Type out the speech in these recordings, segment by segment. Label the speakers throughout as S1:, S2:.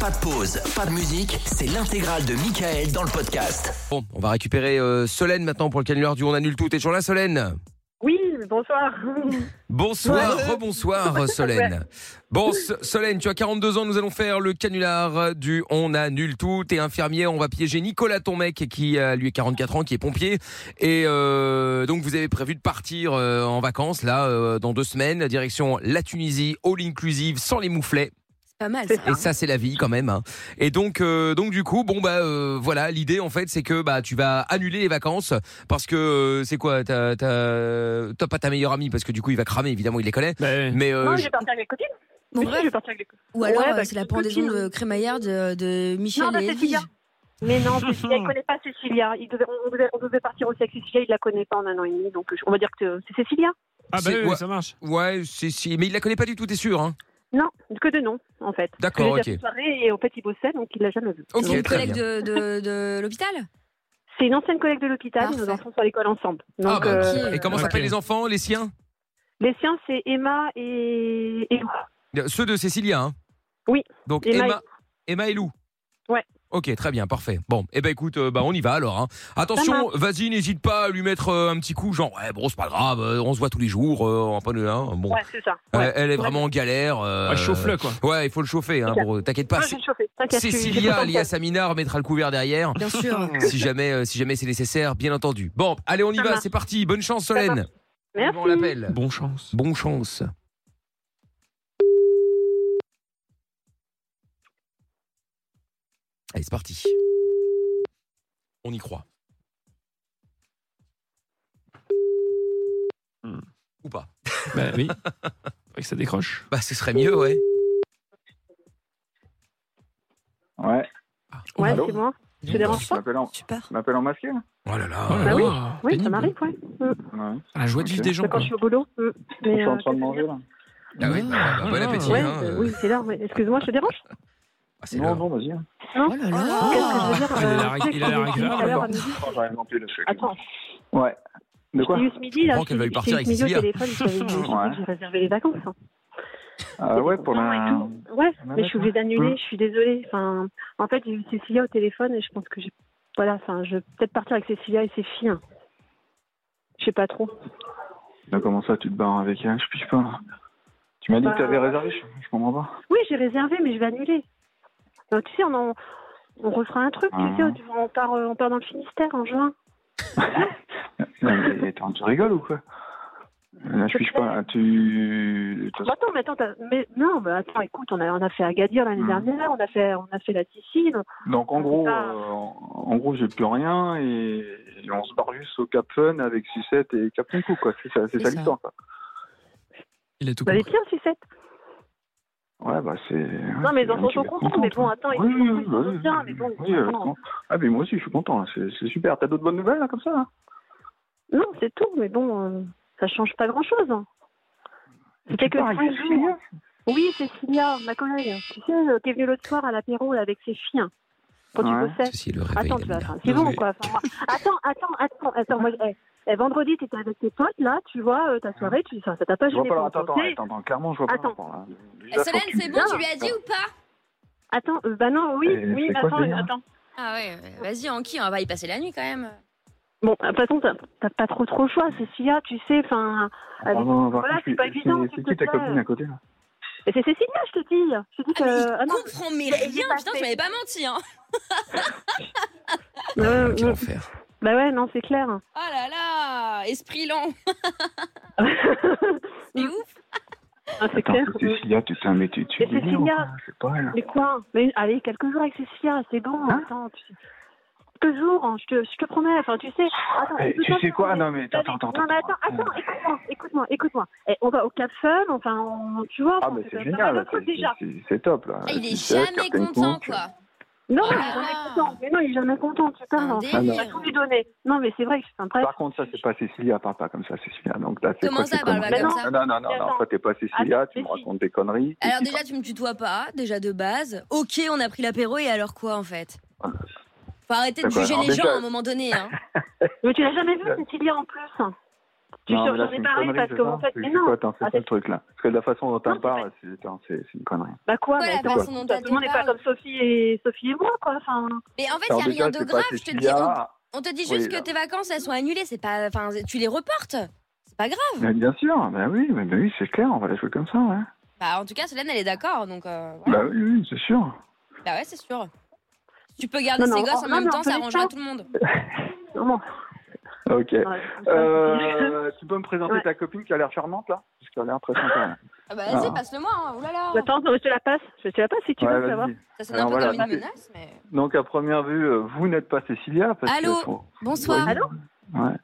S1: Pas de pause, pas de musique, c'est l'intégrale de Michael dans le podcast.
S2: Bon, on va récupérer euh, Solène maintenant pour le canular du On annule tout. T'es toujours là, Solène
S3: Oui, bonsoir.
S2: Euh, Bonsoir, rebonsoir, euh, Solène. Bon, So- Solène, tu as 42 ans, nous allons faire le canular du On annule tout. T'es infirmière, on va piéger Nicolas, ton mec, qui a lui 44 ans, qui est pompier. Et euh, donc, vous avez prévu de partir euh, en vacances, là, euh, dans deux semaines, direction la Tunisie, all inclusive, sans les mouflets.
S4: C'est pas mal
S3: C'est
S4: ça.
S2: Et ça, c'est la vie quand même. hein. Et donc, euh, donc du coup, bon bah euh, voilà, l'idée en fait, c'est que bah tu vas annuler les vacances parce que euh, c'est quoi, t'as t'as- t'as pas ta meilleure amie parce que du coup il va cramer évidemment, il les connaît.
S5: Ben,
S2: Mais euh,
S3: non,
S2: je-
S3: je vais partir avec les copines.
S4: Mon
S3: Mais si,
S4: rêve.
S3: je vais partir avec les copines.
S4: Ou alors
S3: Ouais, bah,
S4: euh, c'est la
S3: c'est
S4: pendaison
S3: possible.
S4: de crémaillère de, de Michel
S3: Non, bah,
S4: et
S3: c'est
S4: Edwige.
S3: Cécilia. Mais non, Cécilia, il connaît pas Cécilia. Il devait- on, devait, on devait partir aussi avec Cécilia, il la connaît pas en un an et demi. Donc je- on va dire que c'est Cécilia.
S5: Ah bah
S2: C'est-
S5: oui,
S2: ouais.
S5: ça marche.
S2: ouais, c'est si, mais il la connaît pas du tout, t'es sûr hein
S3: Non, que de nom, en fait.
S2: D'accord,
S3: J'étais à
S2: ok.
S3: cette soirée et en fait, il bossait, donc il l'a jamais vu.
S2: Ok,
S4: C'est une
S3: Donc,
S2: très
S4: collègue de, de, de l'hôpital
S3: C'est une ancienne collègue de l'hôpital. Nos
S4: Parfait.
S3: enfants sont à l'école ensemble. Donc,
S2: Ah, bah,
S3: euh,
S4: ok.
S2: Et comment
S5: Ok.
S2: s'appellent les enfants, les siens
S3: les siens, c'est Emma et, et Lou.
S2: Ceux de Cécilia. Hein
S3: Oui.
S2: Donc
S3: Emma
S2: Emma,
S3: et
S2: Emma, et Lou.
S3: Ouais.
S2: Ok, très bien, parfait. Bon, eh ben écoute, euh, bah on y va alors. hein.
S3: Ça
S2: Attention, vas-y, n'hésite pas à lui mettre euh, un petit coup, genre, ouais, bon, c'est pas grave, euh, on se voit tous les jours, euh, on va pas nous hein, Bon,
S3: Ouais, c'est ça.
S2: Euh,
S3: Ouais.
S2: elle est vraiment en galère. euh,
S5: Ouais, chauffe-le quoi.
S2: Ouais, il faut le chauffer, hein,
S3: Ok.
S2: pour- t'inquiète
S3: Moi,
S2: pas.
S3: je vais le chauffer. T'inquiète, je suis- j'ai
S2: Cécilia
S3: pas le temps.
S2: alias Aminar mettra le couvert derrière,
S4: Bien sûr.
S2: si jamais, euh, si jamais c'est nécessaire, bien entendu. Bon, allez, on y
S3: Ça
S2: va,
S3: marche.
S2: c'est parti. Bonne chance, Solène.
S3: Merci.
S2: On l'appelle.
S5: Bon chance.
S2: Bon chance. Allez, c'est parti. On y croit.
S5: Hmm.
S2: Ou pas
S5: Bah oui. Faudrait que ça décroche.
S2: Bah, ce serait mieux, ouais.
S6: Ouais,
S3: Ouais,
S6: Allô
S3: c'est moi. Je te dérange
S6: je
S3: pas
S6: m'appelle en,
S4: Super.
S6: je m'appelle en masqué là
S2: Oh là là.
S5: Oh là
S3: Bah oui.
S5: là,
S3: Oui, ça
S5: pénible.
S3: m'arrive, ouais. Mm.
S6: ouais.
S5: La joie de vivre
S6: Ok.
S5: des gens.
S3: C'est quand
S5: Quoi.
S3: je suis au boulot. mm.
S6: Je
S3: Mais,
S6: suis en
S3: euh,
S6: train de manger là.
S2: Ah oui, bah, bah, bon
S5: Ouais.
S2: appétit.
S3: Ouais,
S2: hein,
S3: euh,
S2: euh,
S3: oui, c'est là. ouais. Excuse-moi, je te dérange
S2: ah, c'est
S6: Non,
S2: l'heure.
S6: non, vas-y. hein.
S3: Non.
S4: Oh là
S3: Qu'est-ce que je
S4: là
S3: veux dire
S5: Ah, il a la
S3: euh,
S5: règle-
S3: tu sais,
S5: il a la
S3: je t'ai
S5: règle
S3: dit tout à
S5: là,
S3: l'heure à
S2: Ah,
S5: d'accord.
S3: midi.
S6: Oh, J'arrive non plus le truc.
S3: Attends,
S6: Ouais. De quoi
S3: j'ai eu ce midi,
S2: comprends
S3: là,
S2: qu'elle
S3: j'ai-
S2: va lui partir
S3: j'ai eu
S2: avec
S3: ce midi
S2: Cécilia.
S3: au téléphone, je t'avais dit, je t'avais dit que j'ai réservé les vacances. hein.
S6: Ah Ouais, pour la.
S3: Ouais,
S6: Ah,
S3: mais je suis obligée d'annuler, je suis désolée. Enfin, en fait, j'ai eu Cécilia au téléphone et je pense que j'ai... Voilà, enfin, je vais peut-être partir avec Cécilia et ses filles. hein. Je sais pas trop.
S6: Bah, comment ça, tu te barres avec elle Je pige pas. là. Tu m'as dit que
S3: Bah,
S6: t'avais réservé, je, je comprends pas.
S3: Oui, j'ai réservé, mais je vais annuler. Donc, tu sais, on, en- on refera un truc,
S6: Ah.
S3: tu sais, on part, euh, on part dans le Finistère en juin.
S6: Non, mais attends, tu rigoles ou quoi Là, je pige pas. là. Tu.
S3: Bah, Attends, mais attends, t'as- mais non, mais attends, écoute, on a, on a fait Agadir l'année
S6: Mhm.
S3: dernière, on a fait, on a fait la Sicile.
S6: Donc en gros,
S3: Ah.
S6: euh, en en gros, j'ai plus rien et, et on se barre juste au Cap Fun avec Sucette et Captain Cook, quoi. C'est ça,
S4: C'est
S6: c'est ça
S4: ça.
S6: l'histoire, quoi.
S5: Il a tout
S3: Bah, les
S5: compris.
S3: pires sucettes.
S6: Ouais, bah c'est.
S3: Non, mais les
S6: c'est-
S3: enfants
S6: tu
S3: sont
S6: vas
S3: contents,
S6: contente,
S3: mais bon, attends, ils
S6: Oui,
S3: sont contents,
S6: oui,
S3: ils
S6: oui,
S3: sont
S6: oui.
S3: bien, mais bon,
S6: Oui,
S3: attends.
S6: attends. Ah, mais moi aussi, je suis content, là. c'est c'est super. T'as d'autres bonnes nouvelles, là, comme ça hein là
S3: Non, c'est tout, mais bon, euh, ça change pas grand chose. C'était que
S6: pars avec
S3: cinq
S6: Cécilia
S3: jours. Oui, Cécilia, ma collègue. Tu sais, euh, qui est venue l'autre soir à l'apéro là, avec ses filles. hein, Quand
S6: Ouais.
S3: tu bossais.
S2: Ceci est le réveil.
S3: Attends, tu vas.
S2: d'Amina.
S3: enfin, C'est
S5: Non,
S3: bon,
S5: mais-
S3: quoi. enfin, moi- Attends, attends, attends, attends. Moi, eh, eh, vendredi, t'étais avec tes potes, là, tu vois, euh, ta soirée, tu, ça, ça t'a pas
S6: Je vois
S3: gêné.
S6: pas le
S3: pour
S6: attends, attends,
S3: danser.
S6: attends, attends, clairement, je vois
S3: Attends.
S6: pas le rapport, là. Déjà,
S7: Eh, Solène,
S6: faut que tu-
S7: c'est bon, tu lui as dit ou pas
S3: Attends, euh, bah non, oui,
S6: Eh,
S3: oui,
S6: c'est quoi,
S3: attends,
S6: ce délire
S3: attends.
S7: Ah ouais, euh, vas-y, Anki, on va y passer la nuit quand même.
S3: Bon, de toute façon, t'as t'as pas trop trop le choix, Cécilia, tu sais, enfin.
S6: Ah, non, par
S3: Voilà,
S6: contre,
S3: c'est
S6: je-
S3: pas évident,
S6: c'est-
S3: s'il
S6: C'est
S3: te
S6: qui ta
S3: plaît.
S6: copine à côté, là
S3: Mais c'est Cécilia, je te dis. Je te dis que.
S7: Ah, mais
S3: ah
S7: il
S3: non,
S7: comprend mais
S3: Mais j'ai
S7: rien,
S3: pas
S7: putain,
S3: fait.
S7: je m'avais pas menti, hein.
S3: euh,
S2: Ah, Quel
S3: euh,
S2: enfer.
S3: bah ouais, non, c'est clair.
S7: Oh là là, esprit lent, c'est ouf.
S3: Ah, c'est
S6: Ah. Attends,
S3: clair.
S6: c'est Cécilia, tu sais, mais tu. tu
S3: Mais
S6: délires ou
S3: Cécilia-
S6: quoi C'est pas elle.
S3: Mais quoi Mais allez, quelques jours avec Cécilia, c'est bon,
S6: Hein
S3: attends. tu- Quelques jours, hein, je te, je te promets, enfin tu sais. Attends,
S6: Eh, Tu
S3: écoute-moi,
S6: sais quoi
S3: mais-
S6: Non, mais attends, attends,
S3: Non, mais attends, attends, écoute-moi, écoute-moi, écoute-moi. Eh, on va au Cap Fun, enfin, on- tu vois.
S6: Ah,
S3: enfin,
S6: mais
S3: ça
S6: c'est
S3: fait pas mal de
S6: génial,
S3: trucs,
S6: c'est-
S3: déjà.
S6: c'est- c'est- c'est top, là.
S7: Ah, il est
S6: Sucette,
S7: jamais
S6: Captain
S7: content,
S6: Cook,
S7: quoi.
S3: Non,
S7: Oh
S3: mais
S7: là
S3: il est jamais
S7: là.
S3: content. Mais non, il est jamais content, tu parles.
S7: Un
S3: hein.
S6: Ah,
S3: On va
S7: délire.
S3: tout lui donner. Non, mais c'est vrai que c'est un prêtre.
S6: Par contre, ça, c'est pas Cécilia, parle pas comme ça, Cécilia. Donc, là, c'est
S7: Comment
S6: quoi,
S7: ça,
S6: c'est
S7: parle pas
S6: conneries
S3: comme
S7: ça
S6: Non, non, non, non,
S3: Attends.
S6: toi, t'es pas Cécilia,
S3: Attends,
S6: tu me
S3: mais si.
S6: racontes des conneries.
S7: Alors déjà, tu me tutoies pas, déjà de base. Ok, on a pris l'apéro et alors quoi en fait Faut arrêter de
S6: D'accord,
S7: juger
S6: Bah, alors
S7: les gens
S6: déjà-
S3: Ah,
S7: à un moment donné, hein.
S3: Mais tu l'as jamais vu, Cécilia, en plus. Tu
S6: Non, mais là,
S3: j'en
S6: c'est
S3: ai
S6: une
S3: parlé
S6: connerie,
S3: parce
S6: c'est
S3: que,
S6: ça
S3: en fait,
S6: C'est-
S3: mais
S6: c'est
S3: non.
S6: quoi, attends, c'est
S3: Ah,
S6: pas le truc, là. Parce que de la façon dont
S3: Non,
S6: t'en
S3: c'est
S6: parles, c'est attends, c'est- c'est une connerie.
S3: Bah quoi,
S7: Quoi,
S3: mais
S7: la
S3: attends,
S7: façon dont
S3: bah,
S7: elle
S3: tout le monde
S7: te
S3: n'est pas
S7: parle
S3: comme Sophie et, Sophie et moi, quoi. Enfin,
S7: Mais en fait, il n'y
S6: Alors
S7: a
S6: déjà,
S7: rien de
S6: c'est pas
S7: grave, je te le dis. On,
S6: Cécilia.
S7: on te dit juste
S6: Oui, euh.
S7: que
S6: là.
S7: tes vacances, elles sont annulées. C'est pas, enfin, tu les reportes. C'est pas grave.
S6: Mais bien sûr, bah oui, mais bah oui, c'est clair, on va la jouer comme ça, ouais.
S7: Bah, en tout cas, Solène, elle est d'accord. Donc, euh, voilà.
S6: Bah oui, oui, c'est sûr.
S7: bah. ouais, c'est sûr. Tu peux garder
S3: Non, non,
S7: ses gosses en
S3: non,
S7: même
S3: mais
S7: temps,
S3: on
S7: ça
S3: peut
S7: arrangera
S3: pas.
S7: tout le monde.
S3: non,
S6: Ok.
S3: non, ouais, ça,
S6: Euh, tu peux me présenter
S3: Ouais.
S6: ta copine qui a l'air charmante, là Parce qu'elle a l'air très sympa. là.
S7: Ah bah, vas-y,
S6: Ah.
S7: passe-le-moi. hein. Oh là là.
S3: c'est- Attends, je te la passe. Je te la passe si tu
S6: Ouais,
S3: veux savoir.
S6: vas-y.
S7: Ça sonne un
S6: Alors,
S7: peu
S6: voilà,
S7: comme une
S6: c'est-
S7: menace, mais.
S6: Donc, à première vue, euh, vous n'êtes pas Cécilia. Parce
S7: Allô
S6: que faut-
S7: Bonsoir.
S6: Oui. Ouais. Bonsoir.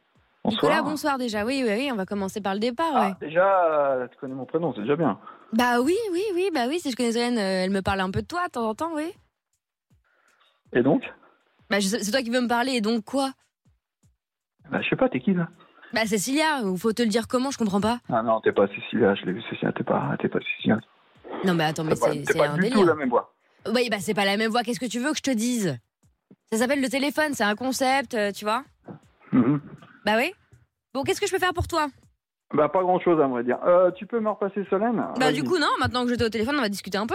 S7: Nicolas, bonsoir déjà. Oui, oui, oui, on va commencer par le départ.
S6: Ah,
S7: ouais.
S6: déjà, euh, tu connais mon prénom, c'est déjà bien.
S7: Bah oui, oui, oui, bah oui, si je connais Solène, euh, elle me parle un peu de toi de temps en temps, oui.
S6: Et donc
S7: Bah je- c'est toi qui veux me parler, et donc quoi
S6: bah, Je sais pas, t'es qui, là
S7: Bah Cécilia, ou faut te le dire comment, je comprends pas.
S6: Ah non, t'es pas Cécilia, je l'ai vu, Cécilia, t'es pas, t'es pas Cécilia.
S7: Non mais attends, mais
S6: T'es pas,
S7: c'est
S6: t'es
S7: c'est
S6: pas
S7: un
S6: du tout la
S7: délire.
S6: même voix.
S7: Oui, bah c'est pas la même voix, qu'est-ce que tu veux que je te dise Ça s'appelle le téléphone, c'est un concept, euh, tu vois
S6: Mhm.
S7: Bah oui. Bon, qu'est-ce que je peux faire pour toi
S6: Bah, pas grand chose, à vrai dire. Euh, tu peux me repasser Solène
S7: Bah
S6: Vas-y.
S7: du coup, non, maintenant que j'étais au téléphone, on va discuter un peu.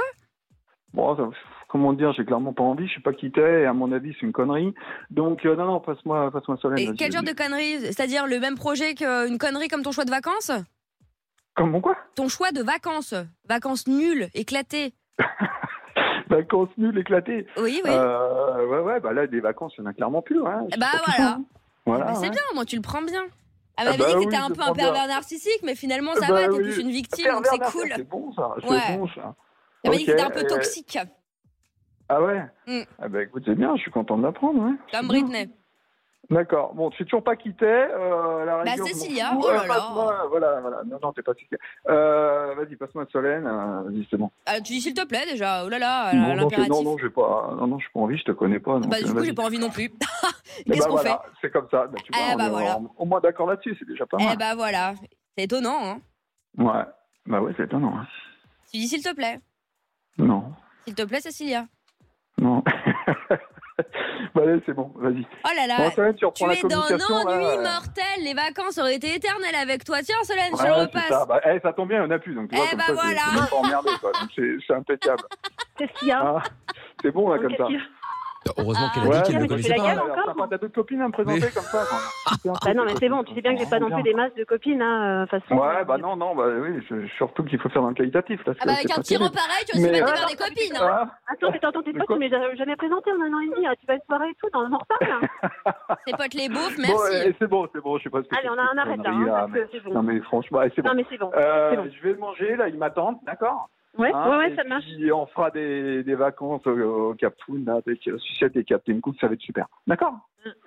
S6: Bon, ça- comment dire, j'ai clairement pas envie, je sais pas qui t'es, et à mon avis, c'est une connerie. Donc, euh, non, non, passe-moi passe Solène.
S7: Et
S6: vas-y,
S7: quel genre de
S6: vas-y.
S7: connerie C'est-à-dire le même projet qu'une connerie comme ton choix de vacances
S6: Comment quoi
S7: Ton choix de vacances Vacances nulles, éclatées.
S6: Vacances nulles, éclatées.
S7: Oui, oui.
S6: Euh, ouais, ouais, bah là, des vacances, il y en a clairement plus. Hein.
S7: Eh bah voilà.
S6: voilà
S7: Bah, c'est
S6: ouais.
S7: bien, moi tu le prends bien. Ah, Elle m'avait
S6: bah
S7: dit que
S6: oui,
S7: t'étais un
S6: je
S7: peu un
S6: prends bien.
S7: pervers narcissique, mais finalement ça
S6: Bah
S7: va, t'es
S6: oui.
S7: plus une victime,
S6: Pervers
S7: donc c'est
S6: narcissique,
S7: cool.
S6: C'est bon, ça. C'est
S7: Ouais.
S6: bon, ça.
S7: Elle m'a dit que t'étais un
S6: Ok,
S7: peu
S6: euh,
S7: toxique,
S6: Ah ouais
S7: Mm.
S6: Ah bah écoute, c'est bien, je suis content de l'apprendre, ouais. Mm.
S7: comme Britney.
S6: D'accord. Bon, tu sais toujours pas qui t'es. Euh, à la
S7: Bah,
S6: rigueur, je m'en
S7: Cécilia,
S6: fous.
S7: oh là
S6: Euh,
S7: là.
S6: passe-moi, Voilà, voilà. Non, non, t'es pas Cécilia. Euh, vas-y, passe-moi Solène. euh, Vas-y, c'est bon.
S7: Ah, tu dis s'il te plaît déjà, oh là là,
S6: non, non, c'est-
S7: l'impératif.
S6: non, non, j'ai pas, hein. non, non, j'ai pas envie, je te connais pas. donc,
S7: bah du
S6: euh,
S7: coup
S6: vas-y.
S7: j'ai pas envie non plus.
S6: Eh
S7: Qu'est-ce
S6: bah,
S7: qu'on
S6: voilà, C'est comme ça. Bah, tu vois,
S7: Eh
S6: on
S7: bah,
S6: est
S7: voilà.
S6: au- au moins d'accord là-dessus, c'est déjà pas
S7: Eh
S6: mal.
S7: bah voilà, c'est étonnant. Hein.
S6: Ouais. Bah ouais, c'est étonnant. hein.
S7: Tu dis s'il te plaît,
S6: Non,
S7: s'il te plaît Cécilia.
S6: non. bah allez, c'est bon, vas-y.
S7: Oh là là,
S6: Bon, Solène, tu
S7: tu
S6: reprends la
S7: es dans
S6: communication.
S7: l'ennui
S6: là. euh,
S7: mortel, les vacances auraient été éternelles avec toi. Tiens Solène, je
S6: Ouais,
S7: le
S6: c'est ça.
S7: repasse.
S6: Bah, eh, ça tombe bien, il n'y en a plus. Donc, tu vois,
S7: Eh
S6: comme
S7: bah,
S6: ça, c'est-
S7: voilà.
S6: c'est même pas emmerdé, quoi. Donc, c'est- c'est impeccable.
S3: Qu'est-ce qu'il y a
S6: Ah, c'est bon, là,
S3: Qu'est-ce
S6: comme ça.
S3: qu'il y a
S2: Bah, Heureusement qu'elle a
S6: Ah, Ouais,
S2: dit qu'elle ne
S6: mais
S2: le
S6: tu
S2: connaissait
S3: la
S2: pas.
S3: gagnes
S2: hein.
S6: Alors,
S3: encore,
S6: t'as
S3: moi.
S6: pas d'autres copines à me présenter comme ça quoi.
S3: Bah non, mais c'est bon, tu sais bien que j'ai pas non plus des masses de copines, hein, euh, de toute façon.
S6: Ouais, bah non, non, bah oui, je- surtout qu'il faut faire dans le qualitatif. Là,
S7: Ah bah avec un petit
S6: tirant
S7: rond pareil, tu vas se
S6: Mais-
S7: mettre vers des copines. hein.
S3: Attends, mais t'entends tes
S6: Mais
S3: potes,
S6: quoi
S3: tu m'es jamais jamais présenté en un an et demi. hein. Tu vas une soirée et tout, dans le mortal.
S7: Ces potes les beaufs,
S6: Bon,
S7: merci.
S6: eh, c'est bon, c'est bon, je sais pas ce que
S3: Allez,
S6: c'est
S3: on,
S6: que
S3: a,
S6: cette
S3: on arrête là.
S6: connerie,
S3: hein,
S6: là,
S3: parce
S6: mais-
S3: que c'est bon.
S6: Non, mais franchement, eh, c'est
S3: Non,
S6: bon.
S3: mais c'est bon.
S6: Euh,
S3: c'est bon.
S6: Je vais manger, là, ils m'attendent, d'accord
S3: Ouais,
S6: Hein,
S3: ouais, ouais,
S6: et
S3: ça marche.
S6: puis, on fera des, des vacances au, au Cap Foun, là, avec euh, sucette et Cap Coupe, ça va être super. D'accord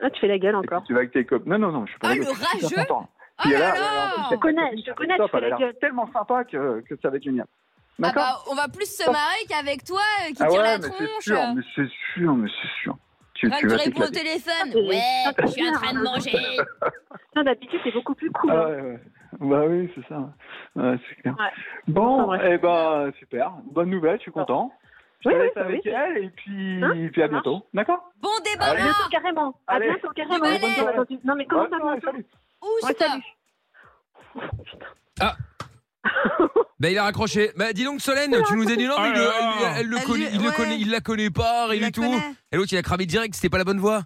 S3: Ah, tu fais la gueule
S6: Et puis,
S3: encore.
S6: Tu vas avec tes copines. Non, non, non, je suis pas
S7: Ah,
S6: là,
S7: le
S6: je suis super
S7: rageux
S6: content.
S7: Oh
S6: Puis,
S7: là
S6: là, là, en
S7: là
S6: plus,
S3: Je connais, je
S6: Ça
S3: connais,
S6: va
S3: tu fais la
S6: être top, elle a
S3: gueule.
S6: l'air tellement sympa que, que ça va être génial.
S7: Ah
S6: D'accord Ah
S7: bah, on va plus se marier qu'avec toi euh, qui tire
S6: ouais,
S7: la
S6: mais
S7: tronche. euh.
S6: c'est sûr, mais c'est sûr, mais c'est sûr. Tu,
S7: Quand tu
S6: tu vas
S7: réponds au
S6: t'éclater.
S7: téléphone,
S3: Ah,
S7: ouais,
S3: c'est-
S7: je suis en train de manger.
S3: Non, d'habitude, c'est beaucoup plus cool.
S6: Ah
S3: hein.
S6: ouais, ouais. Bah oui, c'est ça. Ouais, c'est clair.
S3: Ouais. Enfin,
S6: Bon,
S3: bref.
S6: eh ben super. Bonne nouvelle, je suis content. Je
S3: Oui,
S6: te
S3: oui,
S6: laisse
S3: bah
S6: avec
S3: oui.
S6: elle et puis,
S3: Hein,
S6: et puis à
S3: ça marche.
S6: bientôt. D'accord
S7: Bon
S3: À
S6: Allez.
S7: déballeur
S3: bientôt, carrément. À
S6: Ah Allez.
S3: bientôt, carrément.
S7: Allez, bonne
S6: soirée.
S3: Dans une- Non, mais comment ça
S6: Bonne
S3: va
S6: soirée, salut.
S7: où
S3: Ouais,
S7: ça
S3: salut.
S2: Bah, il a raccroché. Bah, dis donc, Solène, tu nous as dit non, mais il le- elle, elle le
S8: Elle
S2: connaît,
S8: lui-
S2: il le
S8: ouais.
S2: connaît, il la connaît pas,
S8: Il
S2: et
S8: la
S2: tout.
S8: connaît.
S2: Et l'autre, il a cramé direct, c'était pas la bonne voix.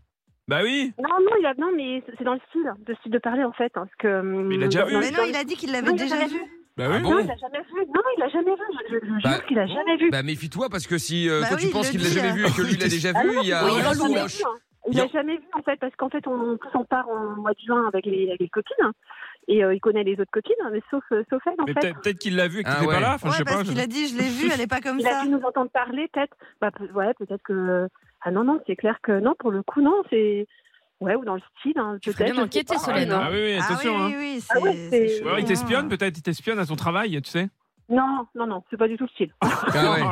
S5: Bah oui
S3: Non, non, il a... non, mais c'est- c'est dans le style, le style de parler en fait. hein, parce que,
S5: Mais il l'a déjà
S3: dans-
S5: vu.
S3: dans-
S8: Mais non, il a dit qu'il l'avait
S3: Non,
S8: déjà
S3: j'avais
S8: vu.
S5: Bah
S2: Ah
S5: oui
S3: Non,
S2: bon
S3: il l'a jamais vu. Non, il l'a jamais vu. Je, je- je
S2: Bah,
S3: jure qu'il l'a jamais vu.
S2: Bah, méfie-toi, parce que si euh,
S8: Bah
S2: toi,
S8: oui,
S2: tu
S8: il
S2: penses
S8: le
S2: qu'il l'a
S8: dit,
S2: jamais
S8: euh.
S2: vu et que lui, il l'a déjà
S3: Ah
S2: vu,
S3: non,
S2: il y a
S3: non,
S2: il y a
S3: il l'a
S2: un
S3: jamais
S2: souroche.
S3: vu, hein. Il
S2: Il y a-
S3: l'a jamais vu en fait parce qu'en fait on, en plus, on part en mois de juin avec les, avec les copines et euh, il connaît les autres copines hein, mais sauf euh, sauf elle en
S5: Mais
S3: fait.
S5: peut-être peut-être qu'il l'a vu et que
S2: Ah
S5: t'étais
S2: ouais.
S5: pas là, enfin je
S8: Ouais,
S5: sais pas.
S8: parce qu'il a dit, je l'ai vu, elle est pas comme
S3: Il a
S8: ça.
S3: dû nous entendre parler peut-être. Bah peut- ouais peut-être que ah non non c'est clair que non pour le coup non c'est ouais ou dans le style hein,
S7: Tu ferais
S3: peut-être.
S7: bien
S3: je sais
S7: d'enquêter,
S3: pas.
S7: Solène,
S5: Ah oui, oui,
S8: Ah oui,
S5: attention.
S8: oui, oui,
S3: Ah ouais,
S8: c'est-
S3: c'est-
S8: c'est
S5: hein.
S8: chelou,
S5: Ouais, il
S8: hein.
S5: t'espionne peut-être, il t'espionne à son travail, tu sais.
S3: Non non non c'est pas du tout le style.
S2: Ah ouais.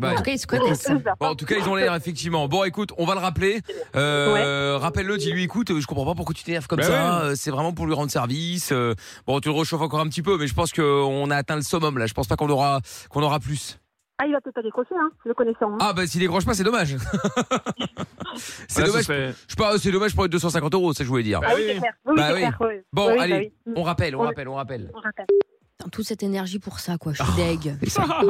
S2: Bah,
S7: En tout cas, ils se connaissent.
S2: Bon, en tout cas, ils ont l'air effectivement. Bon, écoute, on va le rappeler. Euh, Rappelle-le, dis-lui, écoute, euh, je comprends pas pourquoi tu t'énerves comme
S5: Bah
S2: ça.
S5: ouais.
S2: euh, C'est vraiment pour lui rendre service. euh, Bon, tu le réchauffes encore un petit peu, mais je pense qu'on a atteint le summum là. Je pense pas qu'on aura qu'on aura plus.
S3: Ah il va peut-être pas décrocher hein le connaissant. hein.
S2: Ah bah s'il décroche pas, c'est dommage. C'est
S5: Là, ce
S2: dommage.
S5: serait-
S2: Je sais pas, euh, c'est dommage pour les 250 euros, c'est ça que je voulais dire.
S5: Bah
S3: Ah oui,
S5: oui.
S3: c'est clair. Oui,
S2: Bah
S3: c'est
S2: oui.
S3: clair, oui.
S2: Bon,
S3: Oui, bah
S2: allez.
S3: oui.
S2: On rappelle, on
S3: On-
S2: rappelle, on rappelle.
S3: On rappelle.
S7: Putain, toute cette énergie pour ça, quoi. Je suis
S2: Oh.
S7: deg.
S5: Ah,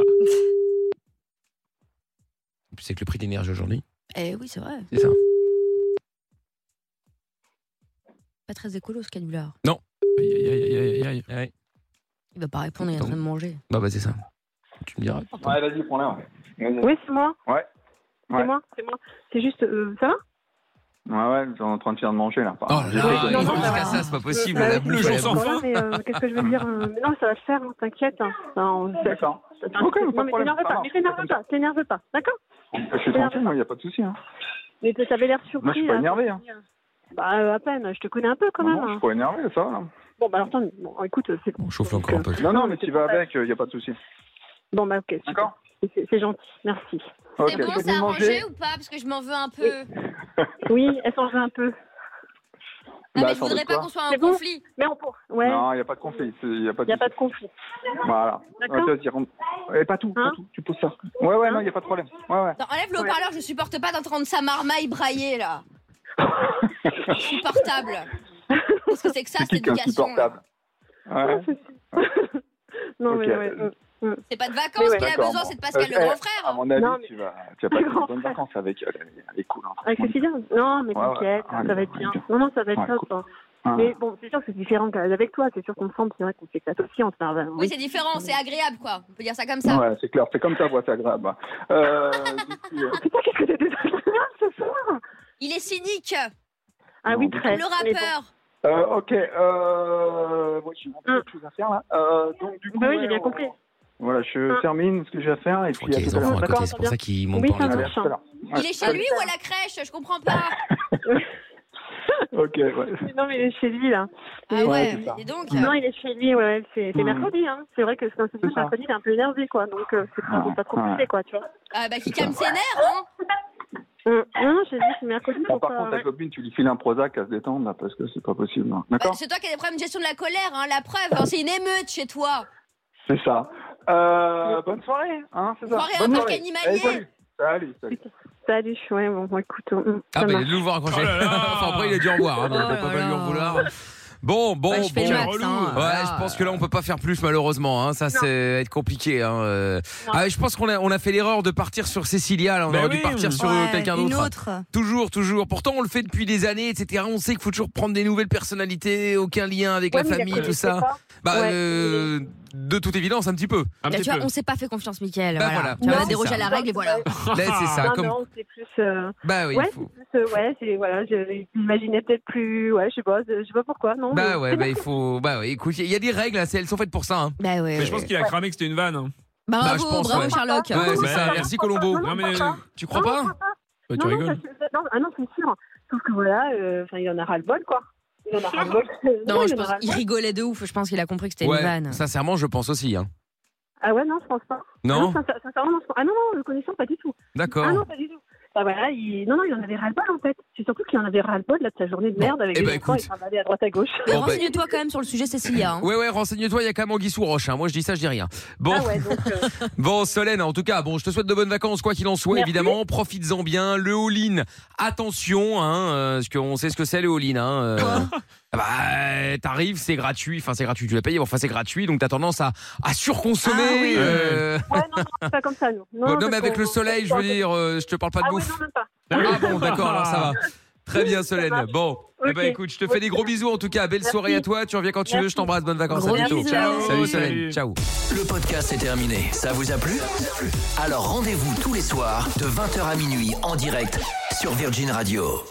S2: C'est que le prix de l'énergie aujourd'hui,
S7: Eh oui, c'est vrai.
S2: c'est ça.
S7: Pas très écolo ce canular.
S5: Aïe, aïe, aïe, aïe, aïe, aïe.
S2: Ouais.
S7: Il va pas répondre, il est en train de manger.
S2: Bah, bah, c'est ça. Tu me diras.
S6: Ouais, vas-y, prends-la. Ouais, Vas-y.
S3: Oui, c'est moi.
S6: Ouais. Ouais.
S3: C'est moi, c'est moi. C'est juste, euh, ça va
S6: ouais, ouais, ils sont en train de faire de manger là.
S2: Oh là là,
S3: Ouais, non,
S2: ils vont
S3: non,
S2: jusqu'à
S3: non.
S2: ça, c'est pas possible.
S3: Ouais,
S2: La
S3: c'est
S2: bouffe,
S5: le
S2: à la
S5: jour sans
S2: bouffe.
S3: Voilà,
S5: fin.
S3: mais euh, qu'est-ce que je veux dire euh, mais Non, ça va se faire, hein, t'inquiète. hein. Non, ça-
S6: D'accord.
S3: Attends,
S6: Ok,
S3: non,
S6: pas de
S3: mais
S6: problème,
S3: t'énerve
S6: ça
S3: pas,
S6: marche,
S3: mais t'énerve
S6: c'est comme
S3: pas, t'énerve pas, d'accord
S6: Je suis tranquille, moi, il n'y a pas de souci. Hein.
S3: Mais t- t'avais l'air surpris.
S6: Moi, je suis pas
S3: là.
S6: énervé. Hein.
S3: Bah, euh, à peine, je te connais un peu quand
S6: Non,
S3: même.
S6: non, je
S3: hein.
S6: suis pas énervé, ça va. là.
S3: Bon, bah, alors, attends, bon, écoute, c'est
S2: On chauffe encore un peu.
S6: Non, non, mais tu vas avec, il n'y a pas de souci.
S3: Bon, bah, ok. super.
S6: D'accord
S3: C'est c'est gentil, merci.
S6: Ok,
S7: C'est
S6: je
S7: bon,
S6: vais
S7: c'est
S6: manger. Bah,
S7: arrangé ou pas Parce que je m'en veux un peu.
S3: Oui, elle s'en veut un peu.
S7: Ah,
S6: Bah,
S7: mais je
S6: sans
S7: voudrais
S6: doute
S7: pas
S6: quoi.
S7: qu'on soit en
S3: C'est bon
S7: conflit.
S3: Mais on pour. Ouais,
S6: Non, il n'y a pas de conflit. Il n'y a pas
S3: il n'y
S6: de
S3: a pas de
S6: souci.
S3: conflit.
S6: Voilà.
S3: D'accord.
S6: Ok, vas-y, rentre. Et pas tout,
S3: Hein
S6: pas tout. Tu poses ça. Ouais, ouais, non, il n'y a pas de problème. Ouais, ouais.
S7: Non, enlève le haut-parleur, je supporte pas d'entendre sa marmaille brailler là. Insupportable. Parce que c'est que ça,
S6: C'est
S7: cette
S6: qui qui est
S7: éducation.
S6: insupportable Ouais.
S3: Non,
S6: Ok.
S3: mais ouais. euh,
S7: C'est pas de
S3: Mais
S7: vacances
S3: ouais.
S7: qu'il a
S6: D'accord,
S7: besoin,
S6: bon.
S7: c'est de Pascal, le
S6: Euh,
S7: grand
S6: À
S7: frère.
S6: mon avis,
S3: Non, mais-
S6: tu vas, tu vas pas passer de bonnes vacances avec elle. Elle est- Elle est cool. hein.
S3: Avec Cécilia Non, mais
S6: Ouais, ouais.
S3: t'inquiète,
S6: Ah,
S3: ça va être
S6: ouais,
S3: bien.
S6: bien.
S3: Non, non, ça va être
S6: Ouais,
S3: top.
S6: cool.
S3: hein.
S6: Ah.
S3: Mais bon, c'est sûr que c'est différent qu'avec toi. C'est sûr qu'ensemble, c'est vrai qu'on s'éclate aussi. On se marre.
S7: Oui, c'est différent, c'est agréable quoi. On peut dire ça comme ça.
S6: Ouais, c'est clair. C'est comme ta voix, c'est agréable. Euh, du coup, euh,
S3: Putain, qu'est-ce que t'es désagréable ce soir
S7: Il est cynique,
S3: Ah oui, très.
S7: le
S3: Mais bon.
S7: rappeur.
S6: euh, ok. Euh, ouais, j'ai
S3: Hum.
S6: quelque chose à faire là. Euh, donc, du coup,
S3: Bah oui,
S6: ouais,
S3: j'ai bien
S6: on-
S3: compris.
S6: Voilà, je
S3: Hum.
S6: termine ce que j'ai à faire et
S2: Je
S6: puis
S2: crois qu'il y a
S6: à
S2: les
S6: tout à l'heure.
S2: enfants à
S3: D'accord,
S2: côté, c'est pour ça qu'ils montent
S3: Oui,
S2: pas
S3: ça
S2: en
S6: Allez,
S2: étage.
S6: à tout à l'heure. Ouais,
S7: Il est chez
S6: salut.
S7: lui ou à la crèche Je comprends pas.
S6: Ok, ouais.
S3: Non, mais il est chez lui, là.
S7: Ah
S6: Ouais,
S7: ouais,
S6: c'est ça.
S7: et donc
S3: Non, il est chez lui, ouais, ouais, c'est c'est
S6: Mm.
S3: mercredi, hein. C'est vrai que c'est un
S6: C'est ça.
S3: mercredi, il est un peu énervé, quoi. Donc, euh, c'est pas,
S6: Ouais,
S3: pas trop compliqué,
S6: ouais.
S3: quoi, tu vois.
S7: ah bah, qui calme ses nerfs, hein
S3: Euh, non, j'ai dit, c'est mercredi,
S6: Bon,
S3: pour
S6: Bah, par
S3: pas-
S6: contre, ta
S3: ouais.
S6: copine, tu lui files un Prozac à se détendre là, parce que c'est pas possible. hein.
S7: Bah,
S6: D'accord
S7: C'est toi qui as des problèmes de gestion de la colère, hein, la preuve, hein, c'est une émeute chez toi.
S6: C'est ça. Euh, bonne soirée, hein, c'est ça.
S7: Soirée à
S6: bonne
S7: un parc animalier.
S6: Allez, salut. Salut, salut.
S3: Salut, ouais, bon, bon, écoute. euh,
S2: Ah,
S3: ça
S2: bah, il a
S3: marche.
S2: dû le voir accroché.
S5: Oh là là.
S2: Enfin, après, il a dû au revoir. Hein, donc on
S7: Oh
S2: peut pas
S7: là
S2: lui en
S7: là.
S2: vouloir. Bon, bon,
S7: Bah, je fais
S2: bon.
S7: le max,
S5: relou.
S7: hein,
S2: Ouais,
S7: voilà.
S2: je pense que là on peut pas faire plus malheureusement. Hein. Ça, c'est va être compliqué. Hein. euh. Ah, je pense qu'on a, on a fait l'erreur de partir sur Cécilia. Là, on
S5: Bah
S2: aurait dû
S5: oui.
S2: partir sur
S8: Ouais,
S2: euh, quelqu'un
S8: Une
S2: d'autre.
S8: autre.
S2: Toujours, toujours. Pourtant, on le fait depuis des années, etc. On sait qu'il faut toujours prendre des nouvelles personnalités, aucun lien avec
S3: Ouais,
S2: la
S3: mais il a
S2: famille,
S3: connu,
S2: tout ça.
S3: c'est pas.
S2: Bah,
S3: Ouais.
S2: euh, de toute évidence, un petit peu.
S7: Bah,
S5: Un petit
S7: tu vois,
S5: peu.
S7: on s'est pas fait confiance, Michael.
S2: Bah,
S7: voilà.
S2: voilà.
S7: Tu
S2: Ouais,
S7: as
S2: c'est
S7: dérogé
S2: ça.
S7: à la règle et voilà.
S2: Là, c'est ça.
S3: Non,
S2: comme...
S3: non, c'est plus. euh,
S2: Bah oui,
S3: ouais,
S2: il faut.
S3: c'est plus. euh, ouais, c'est. Voilà, je m'imaginais peut-être plus. Ouais, je sais pas, je sais pas pourquoi, non. mais-
S2: Bah ouais, bah il faut. Bah ouais, écoute, il y a des règles, hein, c'est- elles sont faites pour ça. hein.
S7: Bah ouais.
S5: Mais je pense qu'il a cramé que c'était une vanne. hein.
S2: Bah, je
S7: Bravo,
S2: pense,
S7: bravo
S2: ouais.
S7: Sherlock.
S2: Ouais, c'est
S5: bah,
S2: ça.
S5: ouais.
S2: Merci Colombo.
S5: Non, mais.
S2: Tu crois
S3: Non,
S2: pas
S3: non,
S5: Bah,
S3: non,
S5: tu
S3: non, ça,
S5: rigoles.
S3: c'est- non, ah non, c'est sûr. Sauf que voilà, euh, enfin, il en a ras le bol, quoi. Il en a ras le bol.
S7: Non, je
S3: il en a
S7: pense
S3: ras le
S7: il
S3: bol.
S7: rigolait de ouf. Je pense qu'il a compris que c'était une
S2: Ouais,
S7: vanne.
S2: sincèrement, je pense aussi. Hein.
S3: Ah ouais, non, je pense pas. Ah
S2: Non
S3: sincère- sincèrement, non, je pense- Ah non, non, le connaissant, pas du tout. Ah non,
S2: D'accord.
S3: pas du tout. Bah voilà, il... Non, non, il en avait ras-le-bol en fait. C'est surtout qu'il en avait ras-le-bol là, de sa journée de
S2: Bon,
S3: merde avec
S2: eh
S3: les
S2: ben,
S3: enfants,
S2: écoute.
S3: il s'en allait à droite à gauche.
S7: Mais
S2: Bon, bah-
S7: renseigne-toi quand même sur le sujet Cécilia. hein.
S2: Ouais, ouais, renseigne-toi, il y a quand même Anguille sous roche. Hein. Moi, je dis ça, je dis rien. Bon,
S3: Ah ouais, donc, euh,
S2: bon, Solène, en tout cas, bon, je te souhaite de bonnes vacances, quoi qu'il en soit,
S3: Merci.
S2: évidemment. Profites-en bien. Le all-in, attention, hein, euh, parce qu'on sait ce que c'est, le all-in. Hein, euh. Bah, t'arrives, c'est gratuit. Enfin, c'est gratuit, tu l'as payé, mais enfin, c'est gratuit. Donc, t'as tendance à, à surconsommer.
S7: Ah oui.
S2: euh,
S3: ouais, non, non, c'est pas comme ça, non.
S2: Bon, non,
S3: parce
S2: mais avec
S3: qu'on-
S2: le soleil, je veux dire, euh, je te parle pas de
S3: Ah ouais,
S2: bouffe.
S3: non, même pas.
S2: Ah bon, d'accord, alors ça va. Très bien, Solène.
S3: marche.
S2: Bon, eh ben,
S3: Ok.
S2: écoute, je te fais des gros bisous en tout cas. Belle
S3: Merci.
S2: soirée à toi. Tu reviens quand tu veux. Je
S3: Merci.
S2: t'embrasse. Bonnes vacances.
S7: Gros
S2: à bientôt.
S7: bisous.
S5: Ciao.
S2: Salut, Solène.
S5: Salut.
S2: Ciao.
S1: Le podcast est terminé. Ça vous a plu Alors rendez-vous tous les soirs de 20h à minuit en direct sur Virgin Radio.